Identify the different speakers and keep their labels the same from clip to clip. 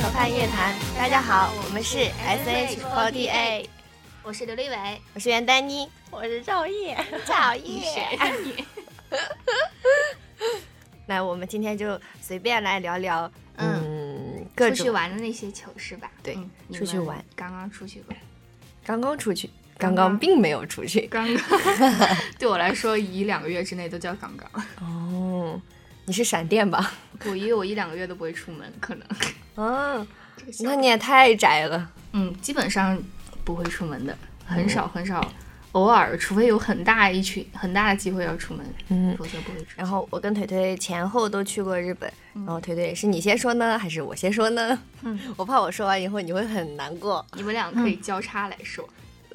Speaker 1: 河畔夜谈。大家好，我们是 S H 4 D A，
Speaker 2: 我是刘立伟，
Speaker 1: 我是袁丹妮，
Speaker 3: 我是赵烨。
Speaker 1: 赵
Speaker 2: 你
Speaker 1: 烨。
Speaker 2: 谁呀你？
Speaker 1: 来，我们今天就随便来聊聊，嗯，各
Speaker 2: 出去
Speaker 1: 种
Speaker 2: 玩的那些糗事吧。
Speaker 1: 对
Speaker 2: 嗯你
Speaker 1: 出去
Speaker 2: 们
Speaker 1: 玩
Speaker 2: 刚刚出去过，
Speaker 1: 刚刚出去，刚
Speaker 2: 刚
Speaker 1: 刚并没有出去。
Speaker 2: 刚 刚对我来说，一两个月之内都叫刚刚。嗯
Speaker 1: 哦，你是闪电吧？
Speaker 2: 我因为我一两个月都不会出门，可 能。
Speaker 1: 嗯，那你也太宅了。
Speaker 2: 嗯，基本上不会出门的，很
Speaker 1: 嗯
Speaker 2: 少很少，偶尔，除非有很大一群很大的机会要出门，
Speaker 1: 嗯
Speaker 2: 否则不会出。
Speaker 1: 然后我跟腿腿前后都去过日本，然后腿腿是你先说呢，还是我先说呢？
Speaker 2: 嗯，
Speaker 1: 我怕我说完以后你会很难过。
Speaker 2: 你们俩可
Speaker 1: 嗯
Speaker 2: 以交叉来说。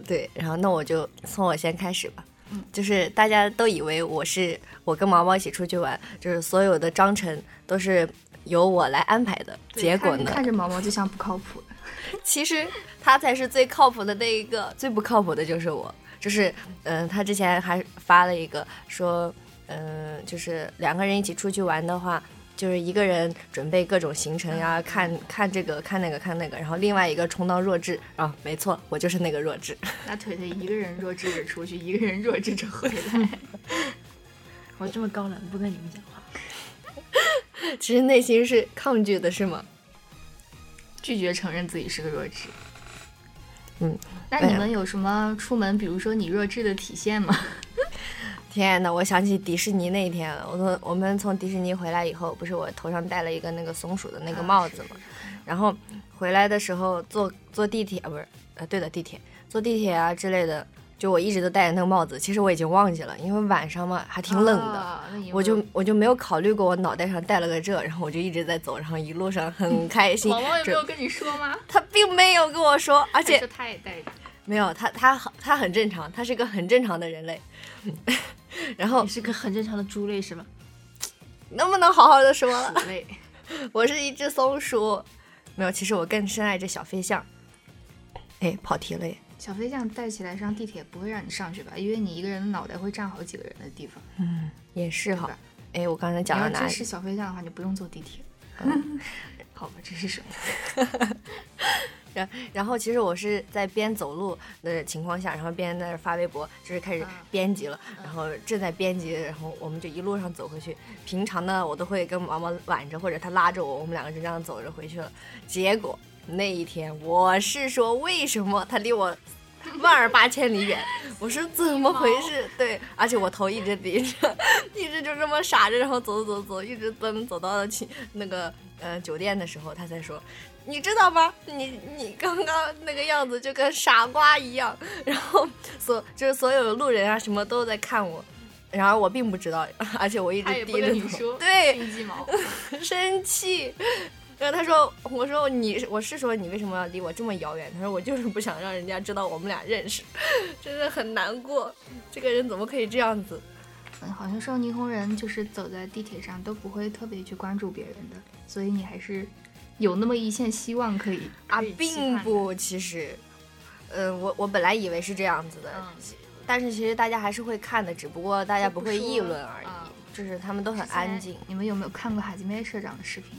Speaker 1: 对，然后那我就从我先开始吧。
Speaker 2: 嗯，
Speaker 1: 就是大家都以为我是我跟毛毛一起出去玩，就是所有的章程都是由我来安排的。
Speaker 2: 对
Speaker 1: 结果
Speaker 2: 看
Speaker 1: 呢，
Speaker 2: 看着毛毛就像不靠谱的。
Speaker 1: 其实他才是最靠谱的那一个，最不靠谱的就是我。就是，嗯、他之前还发了一个说，嗯、就是两个人一起出去玩的话，就是一个人准备各种行程
Speaker 2: 嗯
Speaker 1: 呀，看看这个，看那个，看那个，然后另外一个充当弱智啊，没错，我就是那个弱智。
Speaker 2: 那腿腿一个人弱智着出去，一个人弱智着回 来。
Speaker 3: 我这么高冷，不跟你们讲话。
Speaker 1: 其实内心是抗拒的，是吗？
Speaker 2: 拒绝承认自己是个弱智。
Speaker 1: 嗯，
Speaker 2: 那你们有什么出门，比如说你弱智的体现吗？
Speaker 1: 天呐，我想起迪士尼那一天了。我从我们从迪士尼回来以后，不是我头上戴了一个那个松鼠的
Speaker 3: 啊
Speaker 1: 那个帽子嘛，
Speaker 2: 啊
Speaker 1: 然后回来的时候坐坐地铁啊，不是，呃，对的，地铁，坐地铁啊之类的，就我一直都戴着那个帽子。其实我已经忘记了，因为晚上嘛还挺冷的，
Speaker 2: 啊那你有没有
Speaker 1: 我就我就没有考虑过我脑袋上戴了个这，然后我就一直在走，然后一路上很开 心。
Speaker 2: 毛毛有没有
Speaker 1: 准
Speaker 2: 跟你说吗？
Speaker 1: 他并没有跟我说，而
Speaker 2: 还
Speaker 1: 且
Speaker 2: 是他也带着，
Speaker 1: 没有他他很他很正常，他是个很正常的人类。 然后
Speaker 3: 你是个很正常的猪 类是吧？
Speaker 1: 能不能好好的说 了？
Speaker 2: 鼠类。
Speaker 1: 我是一只松鼠，没有，其实我更深爱这小飞象。哎，跑题了耶！
Speaker 2: 小飞象带起来上地铁不会让你上去吧？因为你一个人的脑袋会占好几个人的地方。
Speaker 1: 也是哈
Speaker 2: 对吧。
Speaker 1: 哎，我刚才
Speaker 2: 你
Speaker 1: 讲到
Speaker 2: 要
Speaker 1: 哪
Speaker 2: 真
Speaker 1: 里？嗯
Speaker 2: 是小飞象的话，你不用坐地铁。 好吧，这是什么？
Speaker 1: 然然后其实我是在边走路的情况下，然后边在那儿发微博，就是开始
Speaker 2: 嗯
Speaker 1: 编辑了，然后正在编辑，然后我们就一路上走回去。平常呢，我都会跟毛毛挽着，或者他拉着我，我们两个就这样走着回去了。结果那一天，我是说为什么他离我 万儿八千里远？我说怎么回事？对，而且我头一直低着， 一直就这么傻着，然后走走走，一直奔走到了去那个呃酒店的时候，他才说。你知道吗？你你刚刚那个样子就跟傻瓜一样，然后所就是所有的路人啊什么都在看我，然而我并不知道，而且我一直
Speaker 2: 他也不
Speaker 1: 低着
Speaker 2: 跟你
Speaker 1: 头
Speaker 2: 说
Speaker 1: 对，
Speaker 2: 一鸡毛。
Speaker 1: 生气。然后他说：“我说你，我是说你为什么要离我这么遥远？”他说：“我就是不想让人家知道我们俩认识， 真的很难过。这个人怎么可以这样子
Speaker 2: 嗯，好像说霓虹人就是走在地铁上都不会特别去关注别人的，所以你还是有那么一线希望可以
Speaker 1: 啊
Speaker 2: 可以？”期
Speaker 1: 并
Speaker 2: 盼的
Speaker 1: 不，其实，呃，我我本来以为是这样子的，
Speaker 2: 嗯
Speaker 1: 但是其实大家还是会看的，只不过大家
Speaker 2: 就不
Speaker 1: 会
Speaker 2: 说
Speaker 1: 议
Speaker 2: 了
Speaker 1: 论而已。
Speaker 2: 啊
Speaker 1: 就是他们都很安静。。
Speaker 2: 你们有没有看过海基妹社长的视频？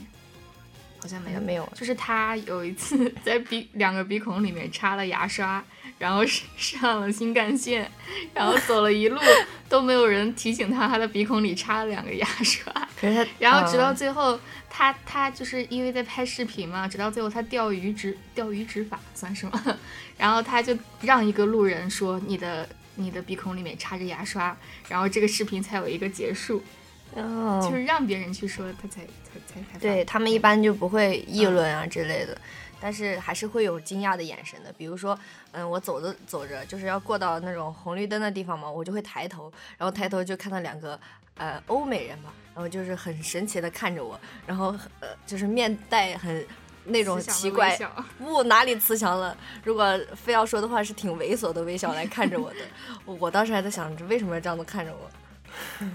Speaker 2: 好像没有，
Speaker 1: 没有
Speaker 2: 就是他有一次 在鼻两个鼻孔里面插了牙刷，然后上上了新干线，然后走了一路都没有人提醒他，他的鼻孔里插了两个牙刷。
Speaker 1: 可是他，
Speaker 2: 然后直到
Speaker 1: 嗯
Speaker 2: 最后，他他就是因为在拍视频嘛，直到最后他钓鱼执钓鱼执法算是吗？ 然后他就让一个路人说你的你的鼻孔里面插着牙刷，然后这个视频才有一个结束，
Speaker 1: 嗯
Speaker 2: 就是让别人去说他才才才才发
Speaker 1: 对他们一般就不会议
Speaker 2: 嗯
Speaker 1: 论啊之类的，但是还是会有惊讶的眼神的。比如说，嗯，我走着走着，就是要过到那种红绿灯的地方嘛，我就会抬头，然后抬头就看到两个呃欧美人嘛，然后就是很神奇的看着我，然后呃就是面带很那种
Speaker 2: 慈祥的
Speaker 1: 奇
Speaker 2: 微
Speaker 1: 怪，
Speaker 2: 笑
Speaker 1: 不哪里慈祥了，如果非要说的话是挺猥琐的微笑来看着我的，我我当时还在想着为什么要这样子看着我，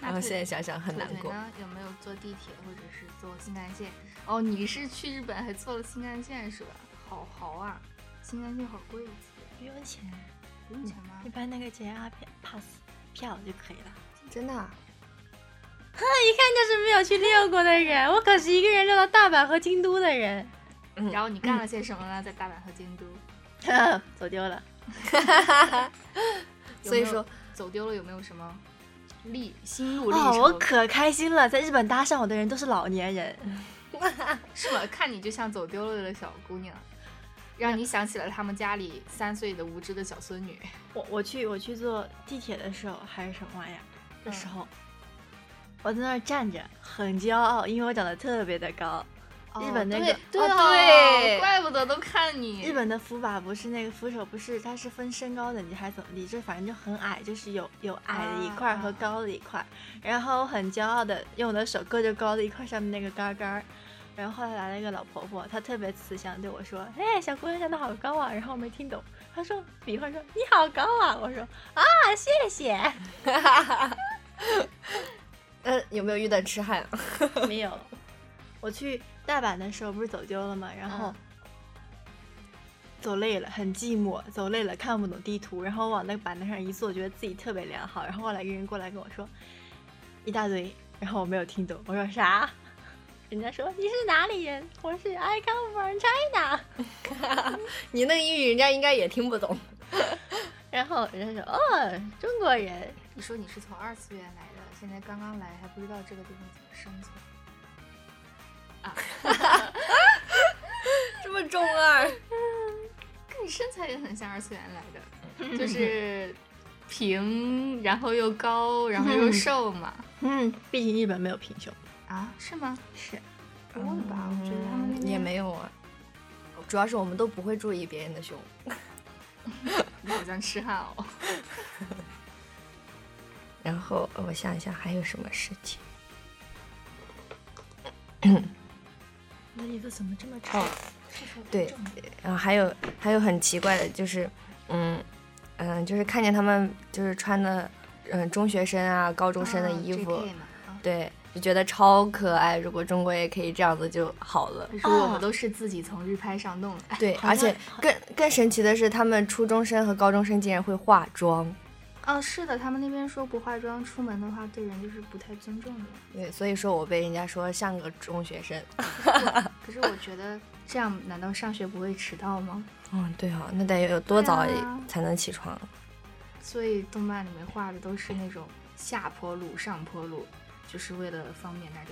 Speaker 1: 然后现在想想很难过。
Speaker 2: 呢有没有坐地铁或者是坐新干线？哦，你是去日本还坐了新干线是吧？好豪啊！新干线好贵啊，
Speaker 3: 不用钱，
Speaker 2: 不用钱吗
Speaker 3: 你？办那个 JR Pass 票就可以了。
Speaker 1: 真的啊、
Speaker 3: 一看就是没有去遛过的人，我可是一个人遛到大阪和京都的人。
Speaker 1: 嗯
Speaker 2: 然后你干了些什么呢？在大阪和京都，
Speaker 3: 走丢了。
Speaker 2: 有
Speaker 1: 所以
Speaker 2: 没有
Speaker 1: 说
Speaker 2: 走丢了有没有什么历心路历
Speaker 3: 哦，
Speaker 2: 程？
Speaker 3: 我可开心了，在日本搭讪我的人都是老年人。
Speaker 2: 是吗？看你就像走丢了的小姑娘，让你想起了他们家里三岁的无知的小孙 女。
Speaker 3: 我我去我去坐地铁的时候还是什么玩意儿的
Speaker 2: 嗯
Speaker 3: 时候，嗯我在那儿站着，很骄傲，因为我长得特别的高。日本那个
Speaker 2: 对
Speaker 3: 哦
Speaker 2: 哦
Speaker 3: 对
Speaker 2: 怪不得都看你
Speaker 3: 日本的扶把不是那个扶手，不是，它是分身高的，你还怎么地？这反正就很矮，就是有有矮的一块儿和
Speaker 2: 啊
Speaker 3: 高的一块儿。然后我很骄傲的用我的手勾着高的一块儿上面那个杆儿杆儿。然后后来来了一个老婆婆，她特别慈祥，对我说：“哎，小姑娘长得好高啊！”然后我没听懂，她说比划说：“你好高啊！”我说：“啊，谢谢。
Speaker 1: 呃，有没有遇到痴汉？”
Speaker 3: 没有，我去大阪的时候不是走丢了吗？然后
Speaker 2: 嗯
Speaker 3: 走累了，很寂寞，走累了看不懂地图，然后往那个板凳上一坐，觉得自己特别良好。然后后来一个人过来跟我说一大堆，然后我没有听懂，我说啥？ 人家说你是哪里人？我是 I come from China。
Speaker 1: 你那个英语人家应该也听不懂。
Speaker 3: 然后人家说哦，中国人。
Speaker 2: 你说你是从二次元来的，现在刚刚来还不知道这个地方怎么生存。
Speaker 1: 啊 这么中二，
Speaker 2: 看你身材也很像二次元来
Speaker 1: 嗯
Speaker 2: 的，就是平，然后又高，然后又瘦嘛。
Speaker 3: 嗯， 毕竟日本没有贫穷。
Speaker 2: 啊，是吗？
Speaker 3: 是，
Speaker 2: 不会吧？我觉得他们那边
Speaker 1: 嗯也没有啊。主要是我们都不会注意别人的胸。
Speaker 2: 你好像痴汉 哦。
Speaker 1: 然后呃我想一想还有什么事情。
Speaker 3: 那你的怎么这么丑？
Speaker 1: 哦对，然呃后还有还有很奇怪的就是，嗯嗯、呃就是看见他们就是穿的嗯、呃中学生啊、高中生的衣服，
Speaker 3: 哦
Speaker 2: 啊，JK 嘛啊
Speaker 1: 对，就觉得超可爱。如果中国也可以这样子就好了。
Speaker 2: 可是我们都是自己从日拍上 弄来。
Speaker 1: 对，
Speaker 3: 哎好
Speaker 1: 而
Speaker 3: 像
Speaker 1: 且更更神奇的是，他们初中生和高中生竟然会化妆，
Speaker 2: 哦，是的，他们那边说不化妆出门的话，对人就是不太尊重的。
Speaker 1: 对，所以说我被人家说像个中学生。
Speaker 2: 可是我觉得这样，难道上学不会迟到吗？
Speaker 1: 嗯，对啊，那得有多早
Speaker 2: 对啊
Speaker 1: 才能起床？
Speaker 2: 所以动漫里面画的都是那种下坡路、上坡路，就是为了方便大家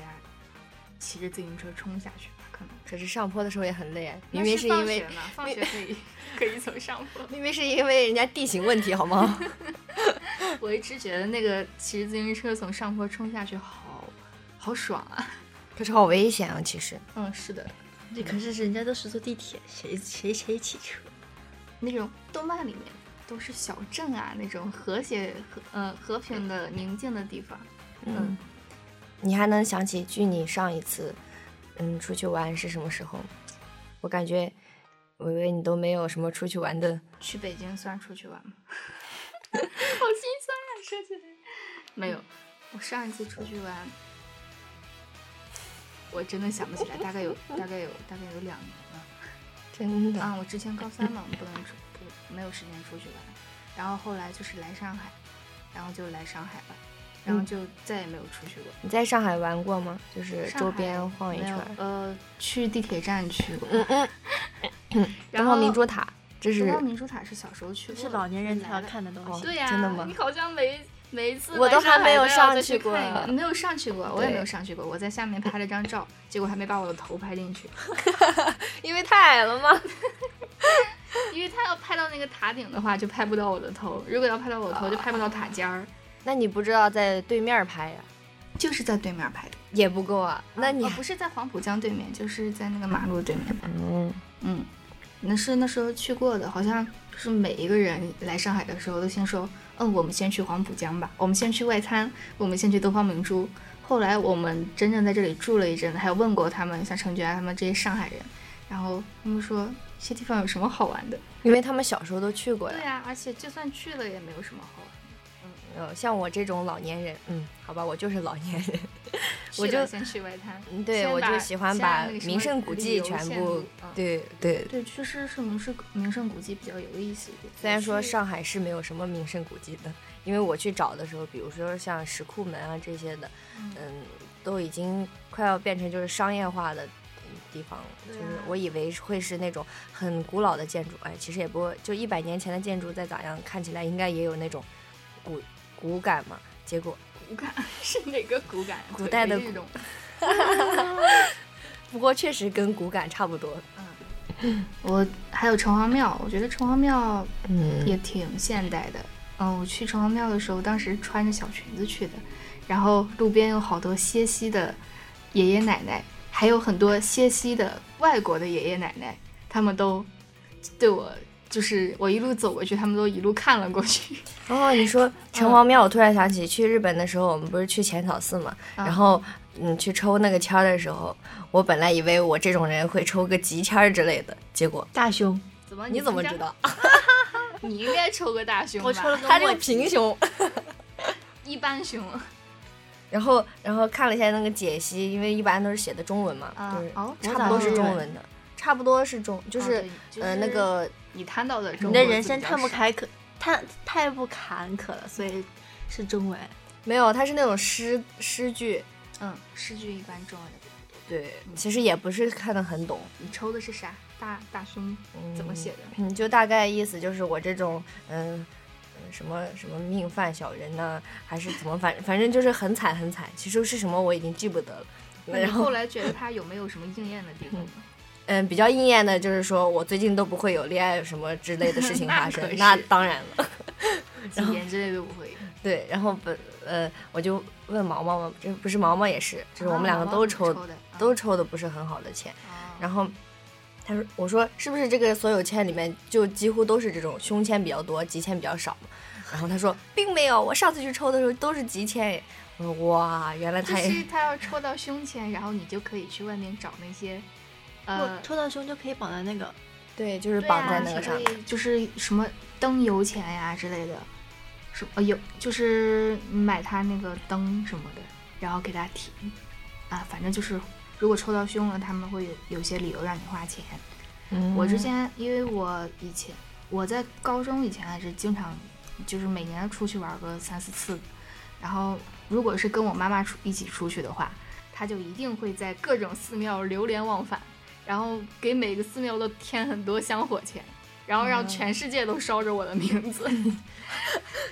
Speaker 2: 骑着自行车冲下去吧，可能。
Speaker 1: 可是上坡的时候也很累啊，明
Speaker 2: 那
Speaker 1: 明
Speaker 2: 是
Speaker 1: 因为
Speaker 2: 放学嘛放学可以 可以走上坡。
Speaker 1: 明明是因为人家地形问题，好吗？
Speaker 2: 我一直觉得那个骑着自行车从上坡冲下去好好爽啊！
Speaker 1: 可是好危险啊，其实。
Speaker 2: 嗯，是的，
Speaker 3: 这可是人家都是坐地铁，谁谁谁骑车？
Speaker 2: 那种动漫里面都是小镇啊，那种和谐和呃和平的宁静的地方。嗯，
Speaker 1: 你还能想起距你上一次，嗯，出去玩是什么时候吗？我感觉伟伟你都没有什么出去玩的，
Speaker 2: 去北京算出去玩吗？好心酸啊，说起来。没有，我上一次出去玩，我真的想不起来，大概有大概有大概有两年了。
Speaker 1: 真的。
Speaker 2: 啊，我之前高三嘛，不能出不没有时间出去玩，然后后来就是来上海，然后就来上海了，然后就再也没有出去过。
Speaker 1: 你在上海玩过吗？就是
Speaker 2: 上
Speaker 1: 周
Speaker 2: 海
Speaker 1: 边晃一
Speaker 2: 没
Speaker 1: 圈
Speaker 2: 有
Speaker 1: 儿，
Speaker 2: 呃，去地铁站去过，
Speaker 1: 东
Speaker 2: 然
Speaker 1: 方
Speaker 2: 后
Speaker 1: 明珠塔，这是
Speaker 2: 东方明珠塔是小时候去
Speaker 3: 这
Speaker 2: 过的，
Speaker 3: 是老年人才要
Speaker 2: 来了
Speaker 3: 看的东
Speaker 1: 哦
Speaker 3: 西。
Speaker 2: 对呀、
Speaker 1: 真的吗
Speaker 2: 你好像每每一次
Speaker 1: 我都
Speaker 2: 来上海
Speaker 1: 还没有
Speaker 2: 都要
Speaker 1: 上
Speaker 2: 再
Speaker 1: 去过啊
Speaker 2: 看一看没有上去过，我也
Speaker 1: 对
Speaker 2: 没有上去过。我在下面拍了张照，结果还没把我的头拍进去，
Speaker 1: 因为太矮了吗？
Speaker 2: 因为他要拍到那个塔顶的话，就拍不到我的头；如果要拍到我的头，就拍不到塔尖儿。
Speaker 1: 那你不知道在对面儿拍呀、
Speaker 2: 就是在对面拍的，
Speaker 1: 也不够啊。那你
Speaker 2: 哦、不是在黄浦江对面，就是在那个马路对面拍的。
Speaker 1: 嗯，
Speaker 2: 嗯，那是那时候去过的，好像就是每一个人来上海的时候都先说，嗯，我们先去黄浦江吧，我们先去外滩，我们先去东方明珠。后来我们真正在这里住了一阵子，还有问过他们，像程爵啊他们这些上海人，然后他们说这些地方有什么好玩的？
Speaker 1: 因为他们小时候都去过
Speaker 2: 对
Speaker 1: 呀。
Speaker 2: 呀、而且就算去了也没有什么好玩。
Speaker 1: 呃，像我这种老年人，嗯，好吧，我就是老年人。我
Speaker 2: 去
Speaker 1: 就
Speaker 2: 了先去外滩，
Speaker 1: 嗯对，
Speaker 2: 先
Speaker 1: 我就
Speaker 2: 把
Speaker 1: 喜欢
Speaker 2: 先
Speaker 1: 把
Speaker 2: 那个什
Speaker 1: 名
Speaker 2: 么
Speaker 1: 胜古
Speaker 2: 旅
Speaker 1: 迹
Speaker 2: 游
Speaker 1: 全
Speaker 2: 线
Speaker 1: 部
Speaker 2: 路嗯，
Speaker 1: 对对。
Speaker 2: 对，确实是名胜名胜古迹比较有意思一点。
Speaker 1: 虽然说
Speaker 2: 我去
Speaker 1: 上海是没有什么名胜古迹的，因为我去找的时候，比如说像石库门啊这些的，
Speaker 2: 嗯
Speaker 1: 嗯，都已经快要变成就是商业化的嗯地方了。就
Speaker 3: 对
Speaker 1: 是
Speaker 3: 啊
Speaker 1: 我以为是会是那种很古老的建筑，哎，其实也不会，就一百年前的建筑再咋样，看起来应该也有那种古古感嘛。结果
Speaker 2: 骨感是哪个骨感呀？
Speaker 1: 古代的
Speaker 2: 那种。
Speaker 1: 不过确实跟骨感差不多。
Speaker 2: 我还有城隍庙，我觉得城隍庙
Speaker 1: 嗯
Speaker 2: 也挺现代的。嗯，我去城隍庙的时候，当时穿着小裙子去的，然后路边有好多歇息的爷爷奶奶，还有很多歇息的外国的爷爷奶奶，他们都对我，就是我一路走过去，他们都一路看了过去。
Speaker 1: 哦，你
Speaker 2: 嗯
Speaker 1: 说城隍庙，我突然想起去日本的时候，我们不是去浅草寺嘛，
Speaker 2: 嗯
Speaker 1: 然后嗯去抽那个签儿的时候，我本来以为我这种人会抽个吉签儿之类的，结果
Speaker 3: 大胸，
Speaker 2: 怎么
Speaker 1: 你怎么知？道？
Speaker 2: 你应该抽个大胸吧，
Speaker 3: 我抽了个
Speaker 1: 他这
Speaker 3: 墨
Speaker 1: 个平胸。
Speaker 2: 一般胸。
Speaker 1: 然后，然后看了一下那个解析，因为一般都是写的中文嘛，
Speaker 2: 啊
Speaker 1: 就是
Speaker 2: 哦
Speaker 1: 差不多是中文的，差不多是中，就、
Speaker 2: 就是
Speaker 1: 呃那个
Speaker 2: 你谈到的中文
Speaker 3: 你的
Speaker 2: 字
Speaker 3: 人生
Speaker 2: 比较
Speaker 3: 太不
Speaker 2: 少
Speaker 3: 坎坷，太太不坎坷了，所以是中文。
Speaker 1: 没有，它是那种诗诗句，
Speaker 2: 嗯，诗句一般中文的。
Speaker 1: 对，
Speaker 2: 嗯
Speaker 1: 其实也不是看得很懂，
Speaker 2: 你抽的是啥？大大胸怎么写的？
Speaker 1: 嗯，就大概意思就是我这种嗯。嗯什么什么命犯小人呐、还是怎么反反正就是很惨很惨。其实是什么我已经记不得了。
Speaker 2: 那你
Speaker 1: 然
Speaker 2: 后
Speaker 1: 后
Speaker 2: 来觉得它有没有什么应验的地方吗？
Speaker 1: 嗯，比较应验的就是说我最近都不会有恋爱什么之类的事情
Speaker 2: 那
Speaker 1: 发生
Speaker 2: 可。是
Speaker 1: 那当 然了。
Speaker 2: 几言之类的不会。
Speaker 1: 对，然后本呃，我就问毛毛嘛，这不是毛毛也是，就是我们两个
Speaker 2: 啊
Speaker 1: 都抽，
Speaker 2: 毛毛的，嗯
Speaker 1: 都
Speaker 2: 抽
Speaker 1: 抽的不是很好的签。
Speaker 2: 的。啊
Speaker 1: 然后他说，我说是不是这个所有签里面就几乎都是这种胸签比较多，吉签比较少嘛？然后他说并没有，我上次去抽的时候都是吉签耶。我说哇，原来
Speaker 2: 就
Speaker 1: 他也
Speaker 2: 是他要抽到胸前，然后你就可以去外面找那些，呃
Speaker 3: 我，抽到胸就可以绑在那个，
Speaker 1: 对，啊就是绑在那个上面。
Speaker 2: 面，啊就是什么灯油钱呀之类的，什么有就是买他那个灯什么的，然后给他提啊，反正就是如果抽到凶了，他们会有有些理由让你花钱。
Speaker 1: 嗯
Speaker 2: 我之 前因为我以前我在高中以前还是经常就是每年出去玩个三四次，然后如果是跟我妈妈出一起出去的话，她就一定会在各种寺庙流连忘返，然后给每个寺庙都添很多香火钱。然后让全世界都烧着我的名字，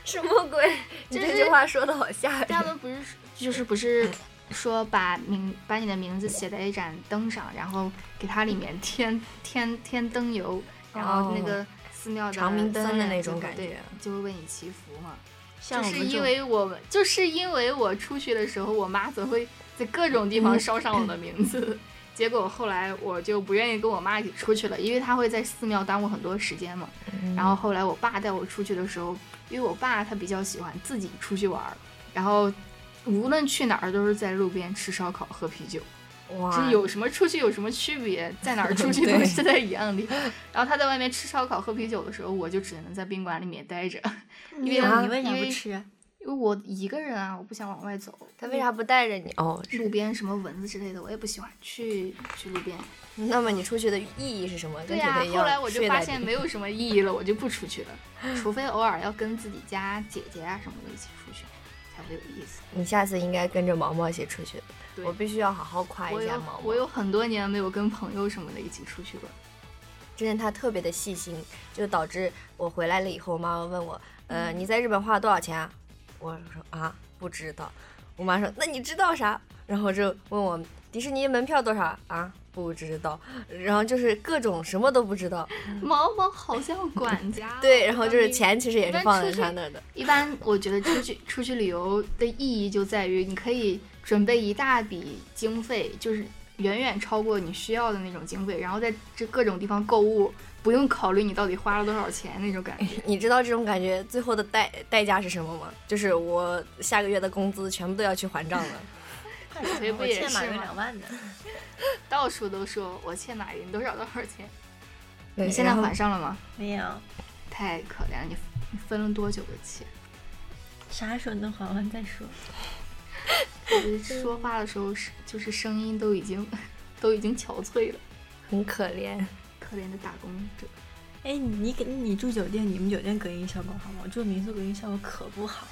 Speaker 1: 什么鬼？ 你
Speaker 2: 就
Speaker 1: 这
Speaker 2: 是啊
Speaker 1: 句话说的好吓人。
Speaker 2: 他们不是就是不是说把名把你的名字写在一盏灯上，然后给它里面添添添灯油，然后那个寺庙的
Speaker 1: 哦长明灯
Speaker 2: 僧人
Speaker 1: 的那
Speaker 2: 就
Speaker 1: 种
Speaker 2: 会
Speaker 1: 感
Speaker 2: 对
Speaker 1: 觉
Speaker 2: 就会为你祈福嘛。
Speaker 3: 像
Speaker 2: 就
Speaker 3: 我
Speaker 2: 是
Speaker 3: 们
Speaker 2: 因
Speaker 3: 这种
Speaker 2: 为我们就是因为我出去的时候，我妈总会在各种地方烧上我的名字。结果后来我就不愿意跟我妈一起出去了，因为她会在寺庙耽误很多时间嘛。然后后来我爸带我出去的时候，因为我爸他比较喜欢自己出去玩儿，然后无论去哪儿都是在路边吃烧烤、喝啤酒，
Speaker 1: 哇
Speaker 2: 是，有什么出去有什么区别，在哪儿出去
Speaker 1: 对
Speaker 2: 都是在一样的地方。然后他在外面吃烧烤、喝啤酒的时候，我就只能在宾馆里面待着，因为
Speaker 3: 你
Speaker 1: 啊
Speaker 3: 你为啥
Speaker 2: 因
Speaker 3: 不
Speaker 2: 为
Speaker 3: 吃啊？
Speaker 2: 因为我一个人啊，我不想往外走。
Speaker 1: 他为啥不带着你？哦，是
Speaker 2: 路边什么蚊子之类的，我也不喜欢去去路边。
Speaker 1: 那么你出去的意义是什么？
Speaker 2: 对
Speaker 1: 跟
Speaker 2: 呀、
Speaker 1: 铁一
Speaker 2: 后
Speaker 1: 样
Speaker 2: 来我就
Speaker 1: 睡
Speaker 2: 发
Speaker 1: 在
Speaker 2: 现
Speaker 1: 里
Speaker 2: 没有什么意义了，我就不出去了，除非偶尔要跟自己家姐姐啊什么的一起出去，才会有意思。
Speaker 1: 你下次应该跟着毛毛一起出去。
Speaker 2: 对
Speaker 1: 我必须要好好夸
Speaker 2: 我
Speaker 1: 一下
Speaker 2: 有
Speaker 1: 毛毛，
Speaker 2: 我有很多年没有跟朋友什么的一起出去了。
Speaker 1: 真的他特别的细心，就导致我回来了以后，我妈妈问我，呃，你在日本花了多少钱啊？我说啊，不知道。我妈说，那你知道啥？然后就问我迪士尼门票多少啊？不知道。然后就是各种什么都不知道。，
Speaker 2: 毛毛好像管家
Speaker 1: 嗯 对，然后就是
Speaker 2: 钱。
Speaker 1: 钱其实也是放在他那儿的。
Speaker 2: 一般我觉得出去出去旅游的意义就在于你可以准备一大笔经费，就是远远超过你需要的那种经费，然后在这各种地方购物，不用考虑你到底花了多少钱那种感觉。
Speaker 1: 你知道这种感觉最后的代代价是什么吗？就是我下个月的工资全部都要去还账了。
Speaker 3: 快
Speaker 2: 腿
Speaker 3: 点，
Speaker 2: 不
Speaker 3: 我
Speaker 2: 也
Speaker 3: 欠
Speaker 2: 是
Speaker 3: 马云
Speaker 2: 吗
Speaker 3: 两万呢。
Speaker 2: 到处都说我欠马云多少多少钱，
Speaker 1: 对
Speaker 2: 你现在
Speaker 1: 然后
Speaker 2: 还上了吗？
Speaker 3: 没有，
Speaker 2: 太可怜了，你你分了多久的钱？
Speaker 3: 啥时候能还完再说。
Speaker 2: 我觉得说话的时候是就是声音都已经 都已经憔悴了，
Speaker 1: 很可怜。
Speaker 2: 可怜的打工者。
Speaker 3: 哎，你给你住酒店，你们酒店隔音效果好吗？我住民宿隔音效果可不好。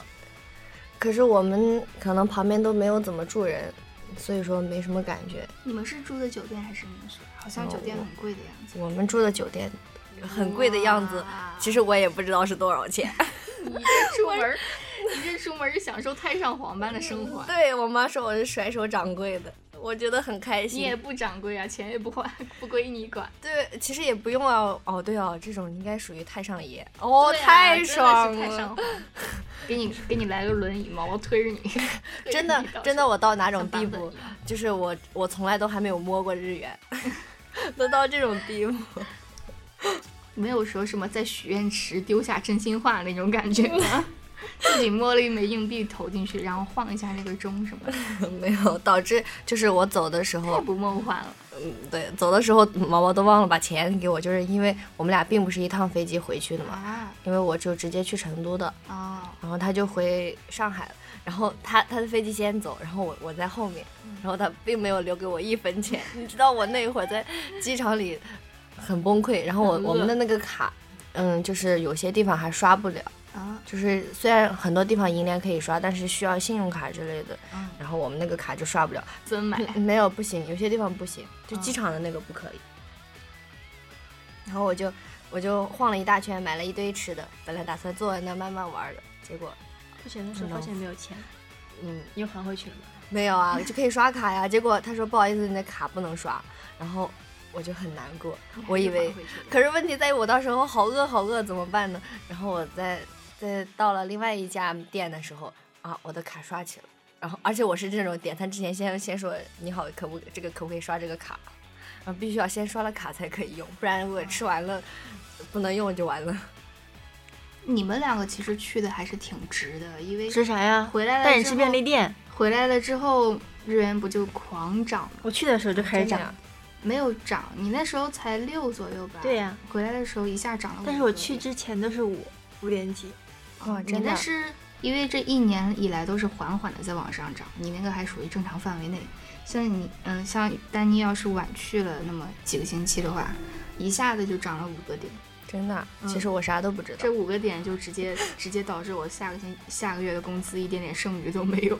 Speaker 1: 可是我们可能旁边都没有怎么住人，所以说没什么感觉。
Speaker 2: 你们是住的酒店还是民宿？好像酒店很贵的样子。
Speaker 1: 哦我们住的酒店很贵的样子，
Speaker 2: 哇
Speaker 1: 其实我也不知道是多少钱。
Speaker 2: 你这出 门儿，你这出门儿是享受太上皇般的生活，
Speaker 1: 对我妈说我是甩手掌柜的，我觉得很开
Speaker 2: 你也
Speaker 1: 心。
Speaker 2: 不掌柜啊，钱也不花， 不归你管。
Speaker 1: 对，其实也不用啊。哦，对哦，这种应该属于太上爷哦，
Speaker 2: 对啊
Speaker 1: 太
Speaker 2: 真的是
Speaker 1: 爽
Speaker 2: 太
Speaker 1: 了
Speaker 2: 上。皇，给你给你来个轮椅嘛，我推着你。 推着
Speaker 1: 真的
Speaker 2: 你到
Speaker 1: 真的，
Speaker 2: 处
Speaker 1: 我到哪种
Speaker 2: 像
Speaker 1: 地
Speaker 2: 版本
Speaker 1: 步
Speaker 2: 一，样
Speaker 1: 就是我我从来都还没有摸过日 元， 都到这种地步。
Speaker 2: 没有说什么在许愿池丢下真心话那种感觉吗？ 自己摸了一枚硬币投进去，然后晃一下那个钟什么的，
Speaker 1: 没有，导致就是我走的时
Speaker 2: 太
Speaker 1: 候，
Speaker 2: 不梦幻了。
Speaker 1: 嗯，对，走的时候嗯毛毛都忘了把钱给我，就是因为我们俩并不是一趟飞机回去的嘛，
Speaker 2: 啊
Speaker 1: 因为我就直接去成都的，
Speaker 2: 哦，
Speaker 1: 然后他就回上海了，然后他他的飞机先走，然后我我在后面， 然后他并没有留给我一分钱，你知道我那会儿在机场里很崩溃，然后我
Speaker 2: 很饿
Speaker 1: 我们的那个卡，嗯，就是有些地方还刷不了，
Speaker 2: 啊，
Speaker 1: 就是虽然很多地方银联可以刷，但是需要信用卡之类的，
Speaker 2: 嗯，
Speaker 1: 然后我们那个卡就刷不了。
Speaker 2: 真买，
Speaker 1: 没有不行，有些地方不行，就机
Speaker 2: 嗯
Speaker 1: 场的那个不可以。然后我就我就晃了一大圈，买了一堆吃的，本来打算坐在那慢慢玩儿的，结果
Speaker 3: 付钱的时候发现没有钱，
Speaker 1: 嗯
Speaker 3: 你又还回去了吗？
Speaker 1: 没有啊，就可以刷卡呀。结果他说不好意思，你的卡不能刷，然后我就很难过，我以为。可是问题在于我到时候好饿好饿怎么办呢？然后我在在到了另外一家店的时候啊，我的卡刷起了。然后，而且我是这种点餐之前先先说你好，可不这个可不可以刷这个卡，然后必须要先刷了卡才可以用，不然我吃完了不能用就完了。
Speaker 2: 你们两个其实去的还是挺值的，因为
Speaker 3: 吃啥呀？
Speaker 2: 回来了
Speaker 3: 带你
Speaker 2: 之
Speaker 3: 去便
Speaker 2: 后
Speaker 3: 利店。
Speaker 2: 回来了之后，日元不就狂涨吗？
Speaker 3: 我去的时候就开始
Speaker 1: 真的
Speaker 3: 涨
Speaker 1: 呀，
Speaker 2: 没有涨，你那时候才六左右吧？
Speaker 3: 对呀
Speaker 2: 回来的时候一下涨了。
Speaker 3: 但是我去，之前都是五五点几，
Speaker 1: 哦，
Speaker 3: 啊
Speaker 2: 你
Speaker 1: 真的
Speaker 2: 那是因为这一年以来都是缓缓的在往上涨，你那个还属于正常范围内。像你，嗯，像丹妮要是晚去了那么几个星期的话，一下子就涨了五个点，
Speaker 1: 真的，
Speaker 2: 嗯
Speaker 1: 其实我啥都不知道
Speaker 2: 这。五个点就直接直接导致我下个星下个月的工资一点点剩余都没有，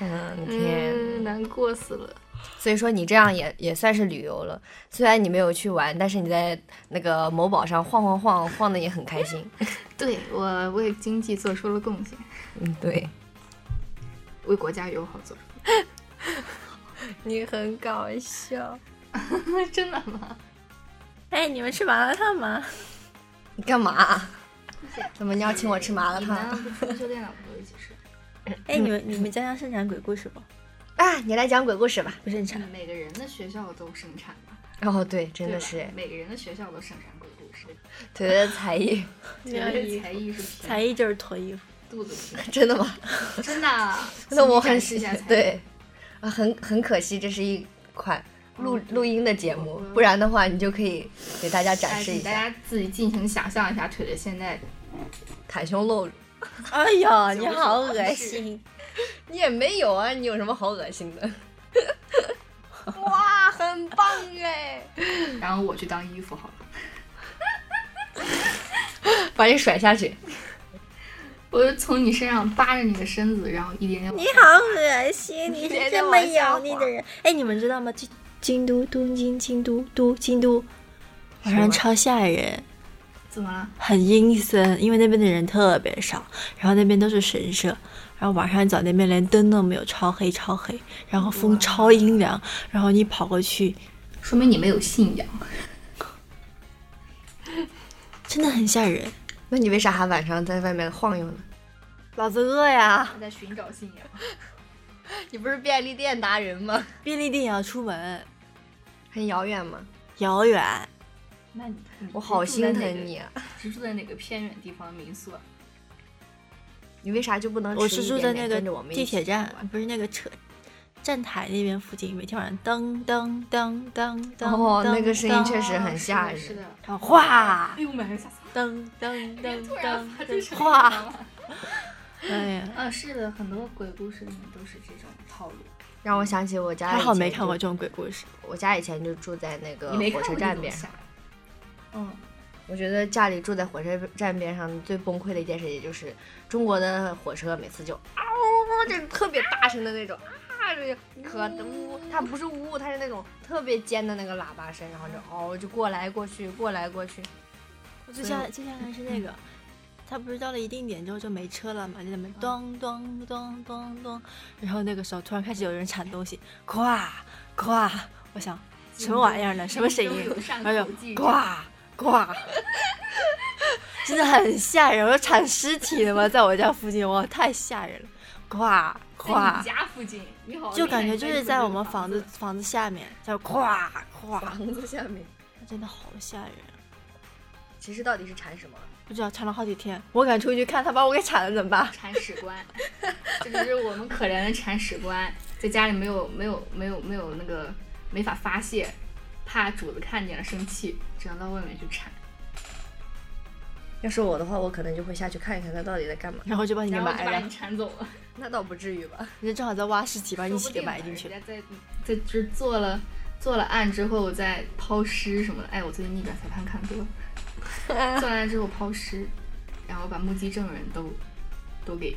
Speaker 1: 嗯，
Speaker 2: 嗯，
Speaker 1: 天，
Speaker 2: 难过死了。
Speaker 1: 所以说你这样也也算是旅游了，虽然你没有去玩，但是你在那个某宝上晃晃晃晃的也很开心。
Speaker 2: 对我为经济做出了贡献，
Speaker 1: 嗯，对。
Speaker 2: 为国家友好做出了
Speaker 1: 你很搞笑。
Speaker 2: 贡献，真的吗？
Speaker 3: 哎，你们吃麻辣烫吗？
Speaker 1: 你干嘛？怎么你要请我吃麻辣
Speaker 2: 你
Speaker 1: 烫？
Speaker 2: 呢？不是修电脑不是一起 吃？
Speaker 3: 哎， 你们你们家乡盛产鬼故事不？
Speaker 1: 啊，你来讲鬼故事吧。
Speaker 3: 不盛
Speaker 2: 你
Speaker 3: 产。
Speaker 2: 每个人的学校都盛产吧，
Speaker 1: 哦，对，真
Speaker 2: 对
Speaker 1: 的
Speaker 2: 吧
Speaker 1: 是
Speaker 2: 每个人的学校都盛产鬼故事。
Speaker 1: 腿的才艺，
Speaker 2: 觉 得才艺是凭
Speaker 3: 才艺就是脱衣服。
Speaker 2: 肚子拼，
Speaker 1: 真的吗？
Speaker 2: 真的啊。
Speaker 1: 那我很
Speaker 2: 展示一下才艺。
Speaker 1: 对，啊，很很可惜，这是一款录
Speaker 2: 嗯
Speaker 1: 录音的节目
Speaker 2: 我，
Speaker 1: 不然的话你就可以给大家展
Speaker 2: 哎，
Speaker 1: 示
Speaker 2: 请
Speaker 1: 一
Speaker 2: 大
Speaker 1: 下
Speaker 2: 家自己尽情想象一下腿的现在，
Speaker 1: 袒胸露乳。
Speaker 3: 哎呀，
Speaker 2: 就
Speaker 3: 你
Speaker 2: 是
Speaker 3: 好
Speaker 2: 不
Speaker 3: 恶
Speaker 2: 是
Speaker 3: 心！
Speaker 1: 你也没有啊，你有什么好恶心的？ 哇，很棒哎！
Speaker 2: 然后我去当衣服好了。
Speaker 1: 把你甩下去。
Speaker 2: 我就从你身上扒着你的身子，然后一点点往
Speaker 3: 你好恶心，你
Speaker 1: 别
Speaker 3: 是
Speaker 1: 再
Speaker 3: 这么
Speaker 1: 往下
Speaker 3: 油腻
Speaker 1: 滑
Speaker 3: 的人。哎，你们知道吗？京京都、东京、京都、都京都，晚上超吓人，
Speaker 2: 怎么了？
Speaker 3: 很阴森，因为那边的人特别少，然后那边都是神社，然后晚上走那边连灯都没有，超黑超黑，然后风超阴凉，然后你跑过去，
Speaker 2: 说明你没有信仰。
Speaker 3: 真的很吓人。
Speaker 1: 那你为啥还晚上在外面晃悠呢？
Speaker 3: 老子饿呀！
Speaker 2: 他在寻找信仰。
Speaker 1: 你不是便利店达人吗？
Speaker 3: 便利店也要出门，
Speaker 1: 很遥远吗？
Speaker 3: 遥远。
Speaker 2: 那你
Speaker 1: 我好心疼你、
Speaker 2: 啊！
Speaker 1: 啊，
Speaker 2: 是住在哪个偏远地方民宿啊？
Speaker 1: 你为啥就不能
Speaker 3: 我
Speaker 1: 迟
Speaker 3: 是
Speaker 1: 一
Speaker 3: 住
Speaker 1: 点
Speaker 3: 在
Speaker 1: 点
Speaker 3: 那
Speaker 1: 跟着嗯我
Speaker 3: 个
Speaker 1: 们一
Speaker 3: 地
Speaker 1: 起
Speaker 3: 铁站
Speaker 1: 玩，
Speaker 3: 不是那个车站台那边附近，每天晚上噔噔噔噔噔，
Speaker 1: 哦那个
Speaker 3: 噔
Speaker 1: 声音确实
Speaker 3: 噔
Speaker 1: 很吓人
Speaker 2: 啊是的。是的
Speaker 3: 然后哗
Speaker 2: 哎呦，买了下次。
Speaker 3: 噔噔 噔
Speaker 2: 突然发这
Speaker 3: 噔
Speaker 2: 声
Speaker 3: 噔
Speaker 2: 音
Speaker 3: 哗，
Speaker 2: 了
Speaker 3: 哎呀，
Speaker 2: 啊，是的，很多鬼故事里面都是这种套路。
Speaker 1: 让我想起我家
Speaker 3: 还
Speaker 1: 以
Speaker 3: 好
Speaker 1: 前
Speaker 3: 没看
Speaker 1: 就
Speaker 3: 过这种鬼故事。
Speaker 1: 我家以前就住在那个
Speaker 2: 你没
Speaker 1: 呃火
Speaker 2: 看
Speaker 1: 车
Speaker 2: 过
Speaker 1: 站
Speaker 2: 这种
Speaker 1: 边上
Speaker 2: 下。嗯，
Speaker 1: 我觉得家里住在火车站边上最崩溃的一件事，也就是中国的火车每次就嗷，这特别大声的那种啊，看着就可呜，它不是呜，它是那种特别尖的那个喇叭声，然后就哦就过来过去，过来过去。
Speaker 3: 最吓最吓人是那个，他不是到了一定点之后就没车了嘛，就在那边咚咚咚咚咚，然后那个时候突然开始有人铲东西，咵咵，我想什么玩意儿呢？什么声音？哎然后就咵咵，真的很吓人。我说铲尸体的吗？在我家附近，哇，太吓人了，咵
Speaker 2: 在
Speaker 3: 咵
Speaker 2: 你，家附近，你好厉害，
Speaker 3: 就感觉就是在我们房
Speaker 2: 房
Speaker 3: 子房子下面，叫咵咵，
Speaker 1: 房子下面，
Speaker 3: 真的好吓人。
Speaker 1: 其实到底是馋什么？啊
Speaker 3: 不知道铲了好几天，我敢出去看他把我给铲了怎么办？
Speaker 2: 铲屎官，这就是我们可怜的铲屎官，在家里没有没有没有没有那个没法发泄，怕主子看见了生气，只能到外面去铲。
Speaker 1: 要是我的话，我可能就会下去看一看他到底在干嘛。
Speaker 3: 然后就把你给
Speaker 2: 然后就
Speaker 3: 埋
Speaker 2: 把
Speaker 3: 了
Speaker 2: 你，铲走了，
Speaker 1: 那倒不至于吧？
Speaker 3: 人家正好在挖尸体，把你
Speaker 2: 说
Speaker 3: 一起
Speaker 2: 不
Speaker 3: 给
Speaker 2: 定
Speaker 3: 埋
Speaker 2: 呢
Speaker 3: 进去。
Speaker 2: 人家在在就是做了做了案之后再抛尸什么的。哎，我最近逆转裁判看多了，做完案之后抛尸，然后把目击证人都都给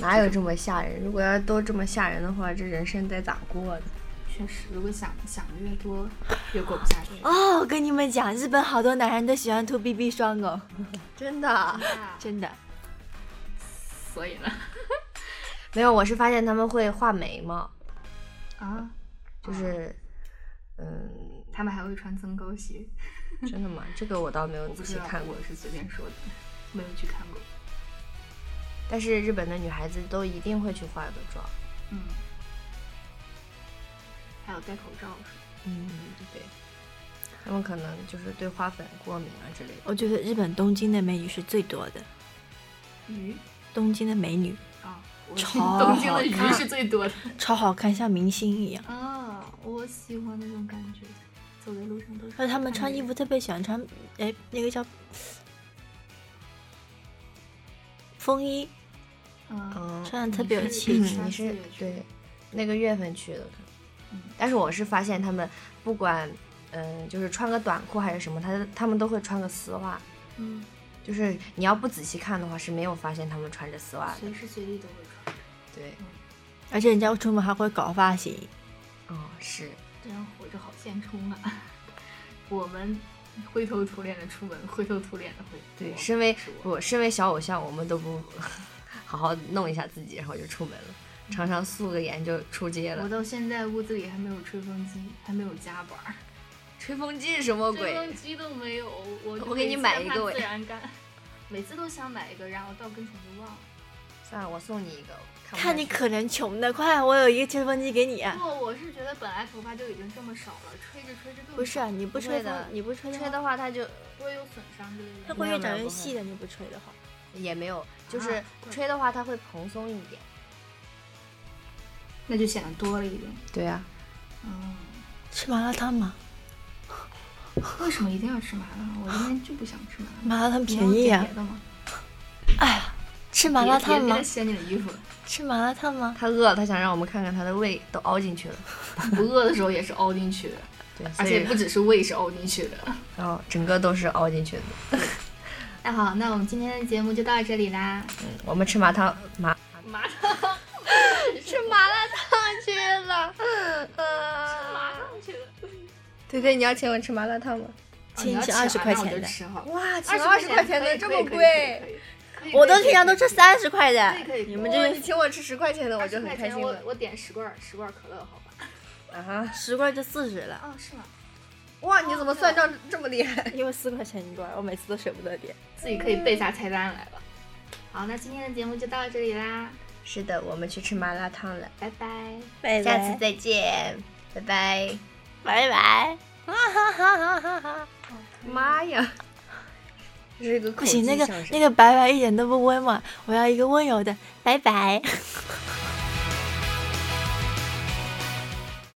Speaker 1: 哪有这么吓人？如果要都这么吓人的话，这人生得咋过呢？
Speaker 2: 确实，如果想想的越多，越过不下去。
Speaker 3: 哦，我跟你们讲，日本好多男人都喜欢涂 BB 霜 哦，
Speaker 1: 真的
Speaker 3: 啊真的。
Speaker 2: 所以呢，
Speaker 1: 没有，我是发现他们会画眉毛，
Speaker 2: 啊，
Speaker 1: 就是，嗯，
Speaker 2: 他们还会穿增高鞋，
Speaker 1: 真的吗？这个我倒没有
Speaker 2: 我不
Speaker 1: 仔
Speaker 2: 知
Speaker 1: 细
Speaker 2: 道，
Speaker 1: 看过
Speaker 2: 我。是随便说的，没有去看过。
Speaker 1: 但是日本的女孩子都一定会去化个妆。
Speaker 2: 嗯，还有戴口罩是
Speaker 1: 嗯，对。他们可能就是对花粉过敏啊之类的。
Speaker 3: 我觉得日本东京的美女是最多的，
Speaker 2: 吧鱼
Speaker 3: 东京的美女
Speaker 2: 啊，我
Speaker 3: 超
Speaker 2: 东京
Speaker 3: 好
Speaker 2: 的鱼
Speaker 3: 看
Speaker 2: 是最多的
Speaker 3: 超好看，像明星一样。
Speaker 2: 啊，我喜欢那种感觉，走在路上都是。
Speaker 3: 而且他们穿衣服，特别喜欢穿，哎，那个叫风衣，
Speaker 2: 嗯，
Speaker 1: 嗯，
Speaker 3: 穿的特别有
Speaker 2: 你是
Speaker 3: 气质
Speaker 2: 嗯。
Speaker 1: 你是
Speaker 2: 三四月去
Speaker 1: 对那个月份去的，
Speaker 2: 嗯
Speaker 1: 但是我是发现他们不管嗯、就是穿个短裤还是什么，他他们都会穿个丝袜。
Speaker 2: 嗯，
Speaker 1: 就是你要不仔细看的话，是没有发现他们穿着丝袜的。
Speaker 2: 啊随时随地都会穿，
Speaker 1: 对，
Speaker 3: 而且人家出门还会搞发型，
Speaker 1: 哦，是，
Speaker 2: 这样活着好现充啊！ 我们灰头土脸的出门，灰头土脸的回。
Speaker 1: 对，
Speaker 2: 我
Speaker 1: 身为
Speaker 2: 是我
Speaker 1: 我身为小偶像，我们都不 好好弄一下自己，然后就出门了，常常素个颜就出街
Speaker 2: 我
Speaker 1: 了。
Speaker 2: 到现在屋子里还没有吹风机，还没有夹板儿，
Speaker 1: 吹风机是什么
Speaker 2: 吹风
Speaker 1: 鬼？
Speaker 2: 机都没有。我
Speaker 1: 我给你买一个
Speaker 2: 我
Speaker 1: 喂
Speaker 2: 自然干，每次都想买一个，然后到跟前就忘了。
Speaker 1: 算了，我送你一个。我
Speaker 3: 看
Speaker 1: 不
Speaker 3: 你
Speaker 1: 下去
Speaker 3: 可怜穷的，快，我有一个吹风机给你。啊
Speaker 2: 不，我是觉得本来头发就已经这么少了，吹着吹着更
Speaker 3: 不是啊，
Speaker 2: 少
Speaker 3: 你不
Speaker 1: 不
Speaker 3: 吹
Speaker 1: 会
Speaker 3: 风
Speaker 1: 的，
Speaker 3: 你不吹
Speaker 1: 吹
Speaker 3: 的话，
Speaker 1: 的话，它就
Speaker 2: 不会有损伤之类的。
Speaker 3: 它会
Speaker 1: 没有
Speaker 3: 越长
Speaker 1: 没有
Speaker 3: 越
Speaker 1: 不会
Speaker 3: 细的。你不吹的话，
Speaker 1: 也没有，就是
Speaker 2: 啊对
Speaker 1: 吹的话，它会蓬松一点。
Speaker 2: 那就显得多了一点。
Speaker 1: 对啊呀、
Speaker 2: 嗯，
Speaker 3: 吃麻辣烫吗？
Speaker 2: 为什么一定要吃麻辣？我今天就不想吃麻辣。
Speaker 3: 麻辣烫
Speaker 2: 你
Speaker 3: 便
Speaker 2: 要
Speaker 3: 宜
Speaker 2: 点
Speaker 3: 啊
Speaker 2: 别！的吗？
Speaker 3: 哎呀，吃麻辣烫
Speaker 2: 别别
Speaker 3: 吗
Speaker 2: 再？掀你的衣服了。
Speaker 3: 吃麻辣烫吗？
Speaker 1: 他饿了，他想让我们看看他的胃都凹进去了。
Speaker 2: 不饿的时候也是凹进去的，
Speaker 1: 对，所
Speaker 2: 而
Speaker 1: 以
Speaker 2: 且不只是胃是凹进去的。
Speaker 1: 然后整个都是凹进去的。
Speaker 2: 那好，那我们今天的节目就到这里啦。
Speaker 1: 嗯，我们吃麻汤麻
Speaker 2: 麻上
Speaker 1: 吃麻辣烫去了。呃，
Speaker 2: 去了，
Speaker 1: 对对，你要请我吃麻辣烫吗？
Speaker 3: 请你吃
Speaker 2: 啊
Speaker 3: 二十块钱的，
Speaker 1: 哇，请
Speaker 2: 二
Speaker 1: 20块钱的这么贵，，
Speaker 3: 我都平常都吃三十块的
Speaker 2: 可以可以，
Speaker 3: 你们
Speaker 1: 哇
Speaker 3: 这
Speaker 1: 你请我吃十块钱的，我
Speaker 2: 我
Speaker 1: 就很开心
Speaker 2: 我
Speaker 1: 了
Speaker 2: 我点十罐十罐可乐，好吧？
Speaker 1: 啊哈！
Speaker 3: 十块就四十了，
Speaker 2: 哦，是吗？
Speaker 1: 哇，你怎么算账这么厉害？
Speaker 3: 因为四块钱一罐，我每次都舍不得点。
Speaker 2: 自己可以背下菜单来了。好，那今天的节目就到这里啦，
Speaker 1: 是的，我们去吃麻辣烫了，
Speaker 2: 拜拜。
Speaker 3: 拜
Speaker 1: 下次再见，拜拜。
Speaker 3: 拜拜。哈哈哈哈哈！
Speaker 1: 妈呀！这是一个口
Speaker 3: 不行，那
Speaker 1: 技
Speaker 3: 个
Speaker 1: 相声
Speaker 3: 那个拜拜一点都不温婉，我要一个温柔的拜拜。